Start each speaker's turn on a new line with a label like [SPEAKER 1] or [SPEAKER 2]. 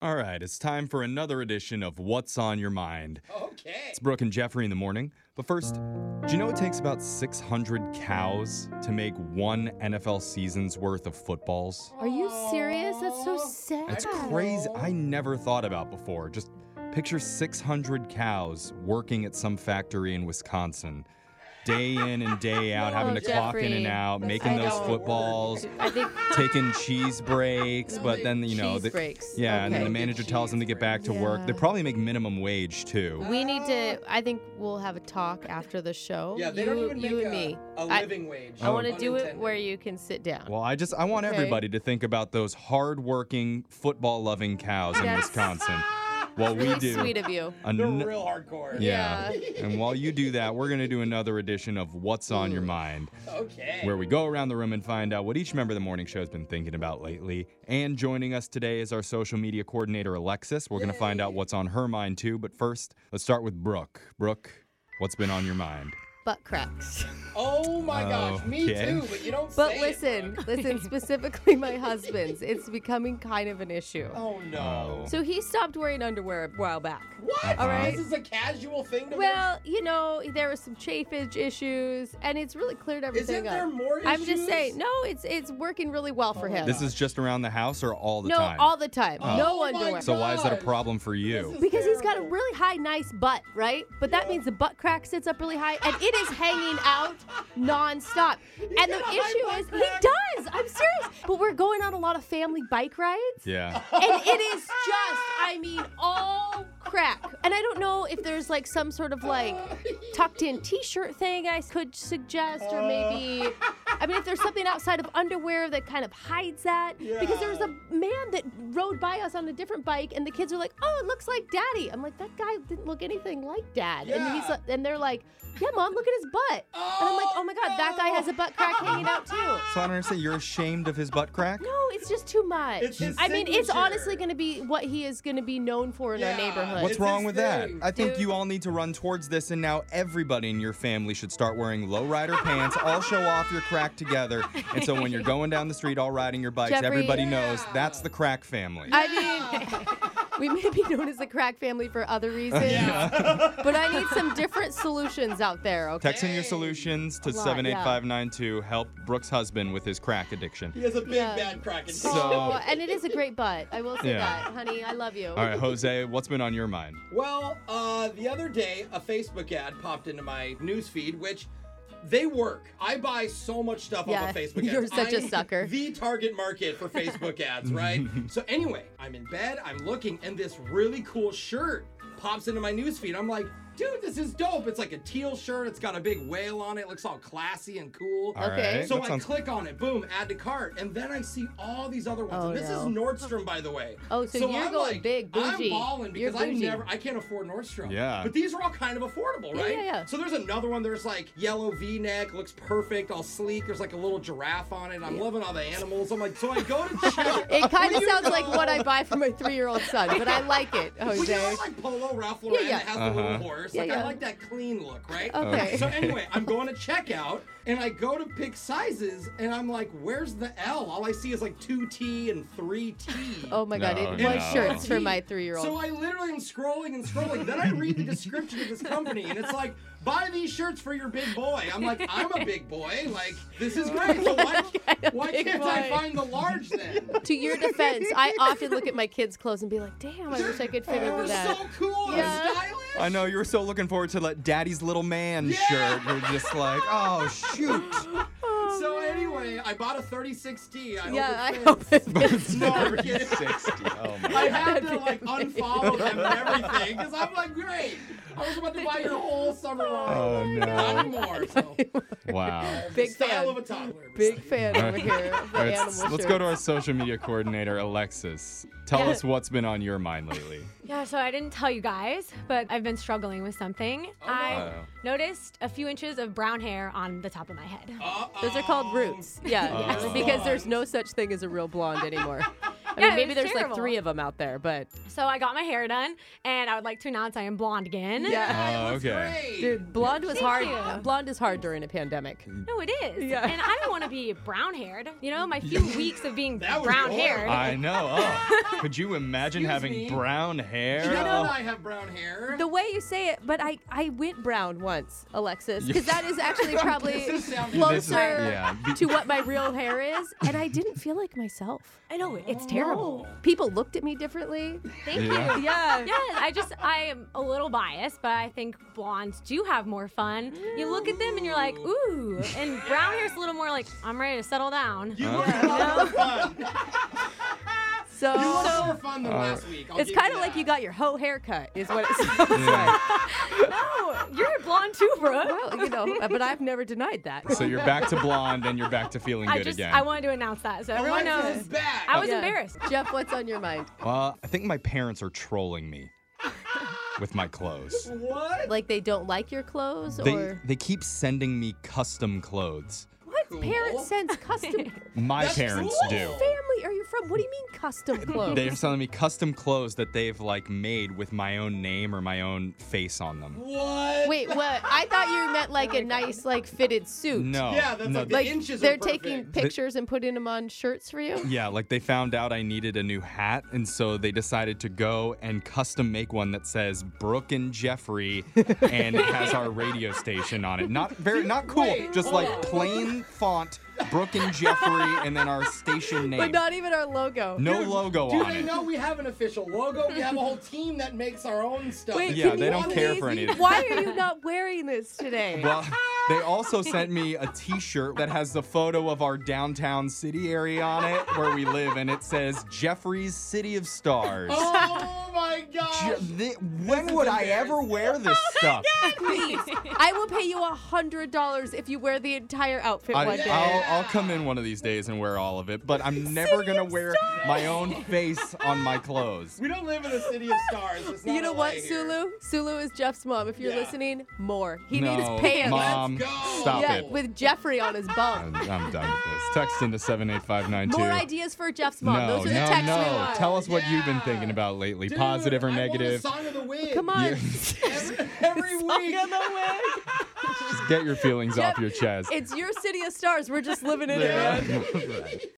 [SPEAKER 1] All right, it's time for another edition of What's on Your Mind.
[SPEAKER 2] Okay.
[SPEAKER 1] It's Brooke and Jeffrey in the morning. But first, do you know it takes about 600 cows to make one NFL season's worth of footballs?
[SPEAKER 3] Are you serious? That's so sad.
[SPEAKER 1] It's crazy. I never thought about before. Just picture 600 cows working at some factory in Wisconsin, day in and day out, having
[SPEAKER 3] No,
[SPEAKER 1] to clock in and
[SPEAKER 3] Jeffrey.
[SPEAKER 1] out,
[SPEAKER 3] That's
[SPEAKER 1] making
[SPEAKER 3] not
[SPEAKER 1] those
[SPEAKER 3] how it
[SPEAKER 1] footballs,
[SPEAKER 3] I think
[SPEAKER 1] taking cheese breaks, but then you know
[SPEAKER 3] cheese
[SPEAKER 1] the,
[SPEAKER 3] breaks.
[SPEAKER 1] yeah, and then
[SPEAKER 3] Okay.
[SPEAKER 1] the manager tells them to get back to work. They
[SPEAKER 3] Yeah.
[SPEAKER 1] probably make minimum wage too.
[SPEAKER 3] we need to. I think we'll have a talk after the show.
[SPEAKER 2] Yeah, they
[SPEAKER 3] you,
[SPEAKER 2] don't even make
[SPEAKER 3] you
[SPEAKER 2] a,
[SPEAKER 3] and me.
[SPEAKER 2] a
[SPEAKER 3] I-
[SPEAKER 2] living wage.
[SPEAKER 3] I want to do it
[SPEAKER 2] Unintended.
[SPEAKER 3] where you can sit down.
[SPEAKER 1] Well, I just I want
[SPEAKER 3] Okay.
[SPEAKER 1] everybody to think about those hard-working, football-loving cows in
[SPEAKER 3] Yes.
[SPEAKER 1] Wisconsin. While we
[SPEAKER 3] Really
[SPEAKER 1] do
[SPEAKER 3] sweet of you.
[SPEAKER 1] an-
[SPEAKER 2] They're real hardcore.
[SPEAKER 1] Yeah.
[SPEAKER 3] Yeah.
[SPEAKER 1] and while you do that, we're going to do another edition of What's on Your Mind,
[SPEAKER 2] Okay.
[SPEAKER 1] where we go around the room and find out what each member of the morning show has been thinking about lately. And joining us today is our social media coordinator, Alexis. We're going to find out what's on her mind, too. But first, let's start with Brooke. Brooke, what's been on your mind?
[SPEAKER 3] Butt cracks.
[SPEAKER 2] oh my gosh, me
[SPEAKER 1] Okay.
[SPEAKER 2] too. But you don't.
[SPEAKER 3] But
[SPEAKER 2] say it,
[SPEAKER 3] listen,
[SPEAKER 2] Brooke.
[SPEAKER 3] listen, specifically my husband's. It's becoming kind of an issue.
[SPEAKER 2] Oh no.
[SPEAKER 3] So he stopped wearing underwear a while back.
[SPEAKER 2] What?
[SPEAKER 1] All right.
[SPEAKER 2] This is a casual thing to.
[SPEAKER 3] Well, you know, there were some chafage issues, and it's really cleared everything
[SPEAKER 2] Isn't
[SPEAKER 3] up.
[SPEAKER 2] there more
[SPEAKER 3] I'm just
[SPEAKER 2] issues?
[SPEAKER 3] saying, no, it's it's working really well for him.
[SPEAKER 1] This is just around the house or all the
[SPEAKER 3] no,
[SPEAKER 1] time?
[SPEAKER 3] all the time,
[SPEAKER 2] Oh
[SPEAKER 3] no
[SPEAKER 2] my
[SPEAKER 3] underwear.
[SPEAKER 1] so why is that a
[SPEAKER 2] gosh.
[SPEAKER 1] problem for you?
[SPEAKER 2] This is-
[SPEAKER 3] because he's got a really high, nice butt, right? But that means the butt crack sits up really high, and it is hanging out nonstop. and the
[SPEAKER 2] got a high butt
[SPEAKER 3] issue is,
[SPEAKER 2] crack.
[SPEAKER 3] he does. I'm serious. But we're going on a lot of family bike rides.
[SPEAKER 1] yeah.
[SPEAKER 3] and it is just, I mean, all crack. And I don't know if there's like some sort of like tucked in t shirt thing I could suggest, or maybe, I mean, if there's something outside of underwear that kind of hides that. Because there was a man that rode by us on a different bike, and the kids are like, oh, it looks like daddy. I'm like, that guy didn't look anything like dad. And he's
[SPEAKER 2] Yeah.
[SPEAKER 3] like, and they're like, yeah, mom, look at his butt. and I'm like, oh my God, that guy has a butt crack hanging out too.
[SPEAKER 1] So I don't understand. You're ashamed of his butt crack?
[SPEAKER 3] No, it's just too much.
[SPEAKER 2] It's his
[SPEAKER 3] I mean, it's
[SPEAKER 2] signature.
[SPEAKER 3] honestly going to be what he is going to be known for in
[SPEAKER 2] Yeah.
[SPEAKER 3] our neighborhood.
[SPEAKER 1] What's
[SPEAKER 2] It's
[SPEAKER 1] wrong
[SPEAKER 2] his
[SPEAKER 1] with
[SPEAKER 2] thing.
[SPEAKER 1] that? I think
[SPEAKER 3] Dude.
[SPEAKER 1] you all need to run towards this, and now everybody in your family should start wearing lowrider pants, all show off your crack together. And so when you're going down the street all riding your bikes,
[SPEAKER 3] Jeffrey.
[SPEAKER 1] everybody knows that's the crack family.
[SPEAKER 3] I mean, we may be known as the crack family for other reasons, but I need some different solutions out there, okay?
[SPEAKER 1] Text in your solutions to
[SPEAKER 3] A lot,
[SPEAKER 1] 78592. Help Brooke's husband with his crack addiction.
[SPEAKER 2] He has a big
[SPEAKER 3] Yeah.
[SPEAKER 2] bad crack.
[SPEAKER 1] So-
[SPEAKER 3] Oh, and it is a great butt. I will say
[SPEAKER 1] Yeah.
[SPEAKER 3] that, honey. I love you.
[SPEAKER 1] All right, Jose, what's been on your mind?
[SPEAKER 2] Well, uh, the other day, a Facebook ad popped into my newsfeed, which they work. I buy so much stuff
[SPEAKER 3] Yeah,
[SPEAKER 2] off of Facebook ads.
[SPEAKER 3] you're such a
[SPEAKER 2] I'm
[SPEAKER 3] sucker.
[SPEAKER 2] The target market for Facebook ads, right? so anyway, I'm in bed, I'm looking, and this really cool shirt pops into my newsfeed. I'm like, dude, this is dope. It's like a teal shirt. It's got a big whale on it. Looks all classy and cool.
[SPEAKER 1] All
[SPEAKER 3] Okay.
[SPEAKER 1] right,
[SPEAKER 2] So
[SPEAKER 1] that
[SPEAKER 2] I
[SPEAKER 1] sounds-
[SPEAKER 2] click on it, boom, add to cart, and then I see all these other ones.
[SPEAKER 3] Oh,
[SPEAKER 2] and this is
[SPEAKER 3] no.
[SPEAKER 2] Nordstrom, by the way.
[SPEAKER 3] Oh, so you're going big,
[SPEAKER 2] I'm
[SPEAKER 3] bougie.
[SPEAKER 2] balling
[SPEAKER 3] You're
[SPEAKER 2] because I
[SPEAKER 3] bougie.
[SPEAKER 2] never, I can't afford Nordstrom.
[SPEAKER 1] Yeah.
[SPEAKER 2] But these are all kind of affordable,
[SPEAKER 3] Yeah,
[SPEAKER 2] right?
[SPEAKER 3] yeah, yeah.
[SPEAKER 2] So there's another one. There's like yellow V-neck, looks perfect, all sleek. There's like a little giraffe on it. I'm loving all the animals. I'm like, so I go to check.
[SPEAKER 3] It kind
[SPEAKER 2] Well,
[SPEAKER 3] of
[SPEAKER 2] you
[SPEAKER 3] sounds like
[SPEAKER 2] know-
[SPEAKER 3] what I buy for my three-year-old son, but I like it,
[SPEAKER 2] well, you know,
[SPEAKER 3] Jose.
[SPEAKER 2] like Polo Ralph Lauren
[SPEAKER 3] yeah.
[SPEAKER 2] that has the
[SPEAKER 1] Uh-huh.
[SPEAKER 2] little horse.
[SPEAKER 3] Yeah,
[SPEAKER 2] Like I
[SPEAKER 3] yeah.
[SPEAKER 2] like that clean look, right?
[SPEAKER 3] Okay.
[SPEAKER 2] So anyway, I'm going to checkout and I go to pick sizes and I'm like, where's the L? All I see is like two T and three T.
[SPEAKER 3] Oh my God,
[SPEAKER 1] No,
[SPEAKER 3] it
[SPEAKER 1] no.
[SPEAKER 3] was shirts for my three-year-old.
[SPEAKER 2] So I literally am scrolling and scrolling. then I read the description of this company, and it's like, buy these shirts for your big boy. I'm like, I'm a big boy. Like, this is great. So why, why
[SPEAKER 3] big
[SPEAKER 2] can't I
[SPEAKER 3] boy.
[SPEAKER 2] find the large then?
[SPEAKER 3] to your defense, I often look at my kids' clothes and be like, "Damn, I wish I could fit
[SPEAKER 2] They
[SPEAKER 3] into
[SPEAKER 2] were
[SPEAKER 3] that."
[SPEAKER 2] so cool
[SPEAKER 3] Yeah.
[SPEAKER 2] and stylish.
[SPEAKER 1] I know you were so looking forward to that daddy's little man shirt. You're just like, oh, shoot.
[SPEAKER 2] So anyway, I bought a 36D. I
[SPEAKER 3] yeah, I
[SPEAKER 2] hope it fits.
[SPEAKER 3] hope it's
[SPEAKER 2] No, I'm kidding.
[SPEAKER 1] 60. Oh, my
[SPEAKER 2] I had to like unfollow them and everything because I'm like, great. I was about to buy your whole summer line.
[SPEAKER 1] Oh,
[SPEAKER 2] Not
[SPEAKER 1] no.
[SPEAKER 2] anymore. So.
[SPEAKER 1] Wow.
[SPEAKER 3] Big
[SPEAKER 2] style
[SPEAKER 3] fan.
[SPEAKER 2] of a toddler.
[SPEAKER 3] Big fan over here. Of the
[SPEAKER 1] All right,
[SPEAKER 3] animal
[SPEAKER 1] let's, let's
[SPEAKER 3] shirts.
[SPEAKER 1] go to our social media coordinator, Alexis. Tell
[SPEAKER 4] Yeah.
[SPEAKER 1] us what's been on your mind lately.
[SPEAKER 4] Yeah, so I didn't tell you guys, but I've been struggling with something. I
[SPEAKER 1] Uh-oh.
[SPEAKER 4] noticed a few inches of brown hair on the top of my head.
[SPEAKER 2] Uh-oh.
[SPEAKER 3] Those are called roots. Yeah,
[SPEAKER 1] Oh.
[SPEAKER 3] because there's no such thing as a real blonde anymore. I
[SPEAKER 4] Yeah,
[SPEAKER 3] mean,
[SPEAKER 4] it
[SPEAKER 3] maybe
[SPEAKER 4] was
[SPEAKER 3] there's like
[SPEAKER 4] terrible.
[SPEAKER 3] three of them out there, but
[SPEAKER 4] So I got my hair done, and I would like to announce I am blonde again.
[SPEAKER 3] yeah.
[SPEAKER 1] Oh,
[SPEAKER 2] That's
[SPEAKER 1] okay.
[SPEAKER 2] great.
[SPEAKER 3] Dude, blonde was hard.
[SPEAKER 4] you.
[SPEAKER 3] Blonde is hard during a pandemic.
[SPEAKER 4] No, it is.
[SPEAKER 3] Yeah.
[SPEAKER 4] And I don't want to be brown haired. You know, my few weeks of being
[SPEAKER 2] That was
[SPEAKER 4] brown haired.
[SPEAKER 1] I know. Oh. Could you imagine
[SPEAKER 2] Excuse
[SPEAKER 1] having
[SPEAKER 2] me.
[SPEAKER 1] brown hair?
[SPEAKER 2] Jenna
[SPEAKER 1] Oh.
[SPEAKER 2] and I have brown hair.
[SPEAKER 3] The way you say it, but I, I went brown once, Alexis,
[SPEAKER 1] Yeah.
[SPEAKER 3] because that is actually probably
[SPEAKER 2] This is sounding
[SPEAKER 1] This is-
[SPEAKER 3] closer
[SPEAKER 1] yeah, be-
[SPEAKER 3] to what my real hair is, and I didn't feel like myself.
[SPEAKER 4] I know, it's terrible.
[SPEAKER 3] People looked at me differently.
[SPEAKER 4] Thank
[SPEAKER 1] Yeah.
[SPEAKER 4] you.
[SPEAKER 3] Yeah.
[SPEAKER 4] Yes, I just, I am a little biased, but I think blondes do have more fun. You look at them and you're like, ooh. And brown hair's a little more like, I'm ready to settle down.
[SPEAKER 2] You look a lot more fun.
[SPEAKER 3] So,
[SPEAKER 2] You look more fun than last
[SPEAKER 1] Uh,
[SPEAKER 2] week. I'll
[SPEAKER 3] it's
[SPEAKER 2] give
[SPEAKER 3] kind of like
[SPEAKER 2] that.
[SPEAKER 3] you got your hoe haircut, is what it sounds like.
[SPEAKER 4] No, you're blonde too, bro.
[SPEAKER 3] Well, you know, but I've never denied that.
[SPEAKER 1] So you're back to blonde and you're back to feeling
[SPEAKER 4] I
[SPEAKER 1] good
[SPEAKER 4] just,
[SPEAKER 1] again.
[SPEAKER 4] I wanted to announce that so everyone
[SPEAKER 2] Alexis
[SPEAKER 4] knows.
[SPEAKER 2] is back.
[SPEAKER 4] I was
[SPEAKER 3] Yeah.
[SPEAKER 4] embarrassed.
[SPEAKER 3] Jeff, what's on your mind?
[SPEAKER 1] Uh, I think my parents are trolling me with my clothes.
[SPEAKER 2] what?
[SPEAKER 3] Like they don't like your clothes,
[SPEAKER 1] They
[SPEAKER 3] or
[SPEAKER 1] they keep sending me custom clothes.
[SPEAKER 3] what?
[SPEAKER 2] Cool.
[SPEAKER 3] Parents sends custom
[SPEAKER 1] My
[SPEAKER 2] That's
[SPEAKER 1] parents
[SPEAKER 2] cool.
[SPEAKER 1] do.
[SPEAKER 3] family? Are you from? What do you mean custom clothes?
[SPEAKER 1] They're selling me custom clothes that they've like made with my own name or my own face on them.
[SPEAKER 2] What?
[SPEAKER 3] Wait, what? Oh I thought you meant like a nice, like fitted suit.
[SPEAKER 1] No.
[SPEAKER 2] Yeah, that's
[SPEAKER 1] no,
[SPEAKER 2] like the
[SPEAKER 3] like
[SPEAKER 2] inches are
[SPEAKER 3] they're taking
[SPEAKER 2] perfect.
[SPEAKER 3] pictures and putting them on shirts for you.
[SPEAKER 1] Yeah, like they found out I needed a new hat, and so they decided to go and custom make one that says Brooke and Jeffrey, and it has our radio station on it. Not very, not cool.
[SPEAKER 2] wait,
[SPEAKER 1] just
[SPEAKER 2] hold
[SPEAKER 1] like
[SPEAKER 2] on.
[SPEAKER 1] plain font, Brooke and Jeffrey, and then our station name.
[SPEAKER 3] But not even our logo.
[SPEAKER 1] no logo
[SPEAKER 2] Do
[SPEAKER 1] on
[SPEAKER 2] they
[SPEAKER 1] it.
[SPEAKER 2] know we have an official logo? We have a whole team that makes our own stuff.
[SPEAKER 3] Wait,
[SPEAKER 1] Yeah,
[SPEAKER 3] can
[SPEAKER 1] they
[SPEAKER 3] you
[SPEAKER 1] don't care for
[SPEAKER 3] please-
[SPEAKER 1] any of it.
[SPEAKER 3] Why are you not wearing this today?
[SPEAKER 1] Well, they also sent me a T-shirt that has the photo of our downtown city area on it, where we live, and it says Jeffrey's City of Stars.
[SPEAKER 2] Oh my gosh.
[SPEAKER 1] Je- thi- when would I ever wear this
[SPEAKER 3] Oh
[SPEAKER 1] stuff?
[SPEAKER 3] Please, I will pay you a hundred dollars if you wear the entire outfit
[SPEAKER 1] I,
[SPEAKER 3] one day.
[SPEAKER 1] I'll, I'll come in one of these days and wear all of it, but I'm never gonna wear my own face on my clothes.
[SPEAKER 2] we don't live in a city of stars. It's not
[SPEAKER 3] You know
[SPEAKER 2] LA
[SPEAKER 3] what,
[SPEAKER 2] here.
[SPEAKER 3] Sulu? Sulu is Jeff's mom. If you're
[SPEAKER 2] Yeah.
[SPEAKER 3] listening, more. He
[SPEAKER 1] no,
[SPEAKER 3] needs pants.
[SPEAKER 1] mom,
[SPEAKER 2] Let's go.
[SPEAKER 1] stop
[SPEAKER 3] yeah,
[SPEAKER 1] it.
[SPEAKER 3] with Jeffrey on his
[SPEAKER 1] I'm,
[SPEAKER 3] bum.
[SPEAKER 1] I'm done with this. Text into seven eight five nine two.
[SPEAKER 3] More ideas for Jeff's mom.
[SPEAKER 1] no,
[SPEAKER 3] Those are the
[SPEAKER 1] no,
[SPEAKER 3] texts
[SPEAKER 1] no.
[SPEAKER 3] we want.
[SPEAKER 1] Tell us what you've been
[SPEAKER 2] Yeah.
[SPEAKER 1] thinking about lately,
[SPEAKER 2] Dude,
[SPEAKER 1] positive or
[SPEAKER 2] I want a
[SPEAKER 1] negative.
[SPEAKER 2] song of the Wind.
[SPEAKER 3] Come on.
[SPEAKER 2] Every, every week.
[SPEAKER 1] Just get your feelings off your chest.
[SPEAKER 3] It's your city of stars. We're just living in it, man.
[SPEAKER 1] Yeah.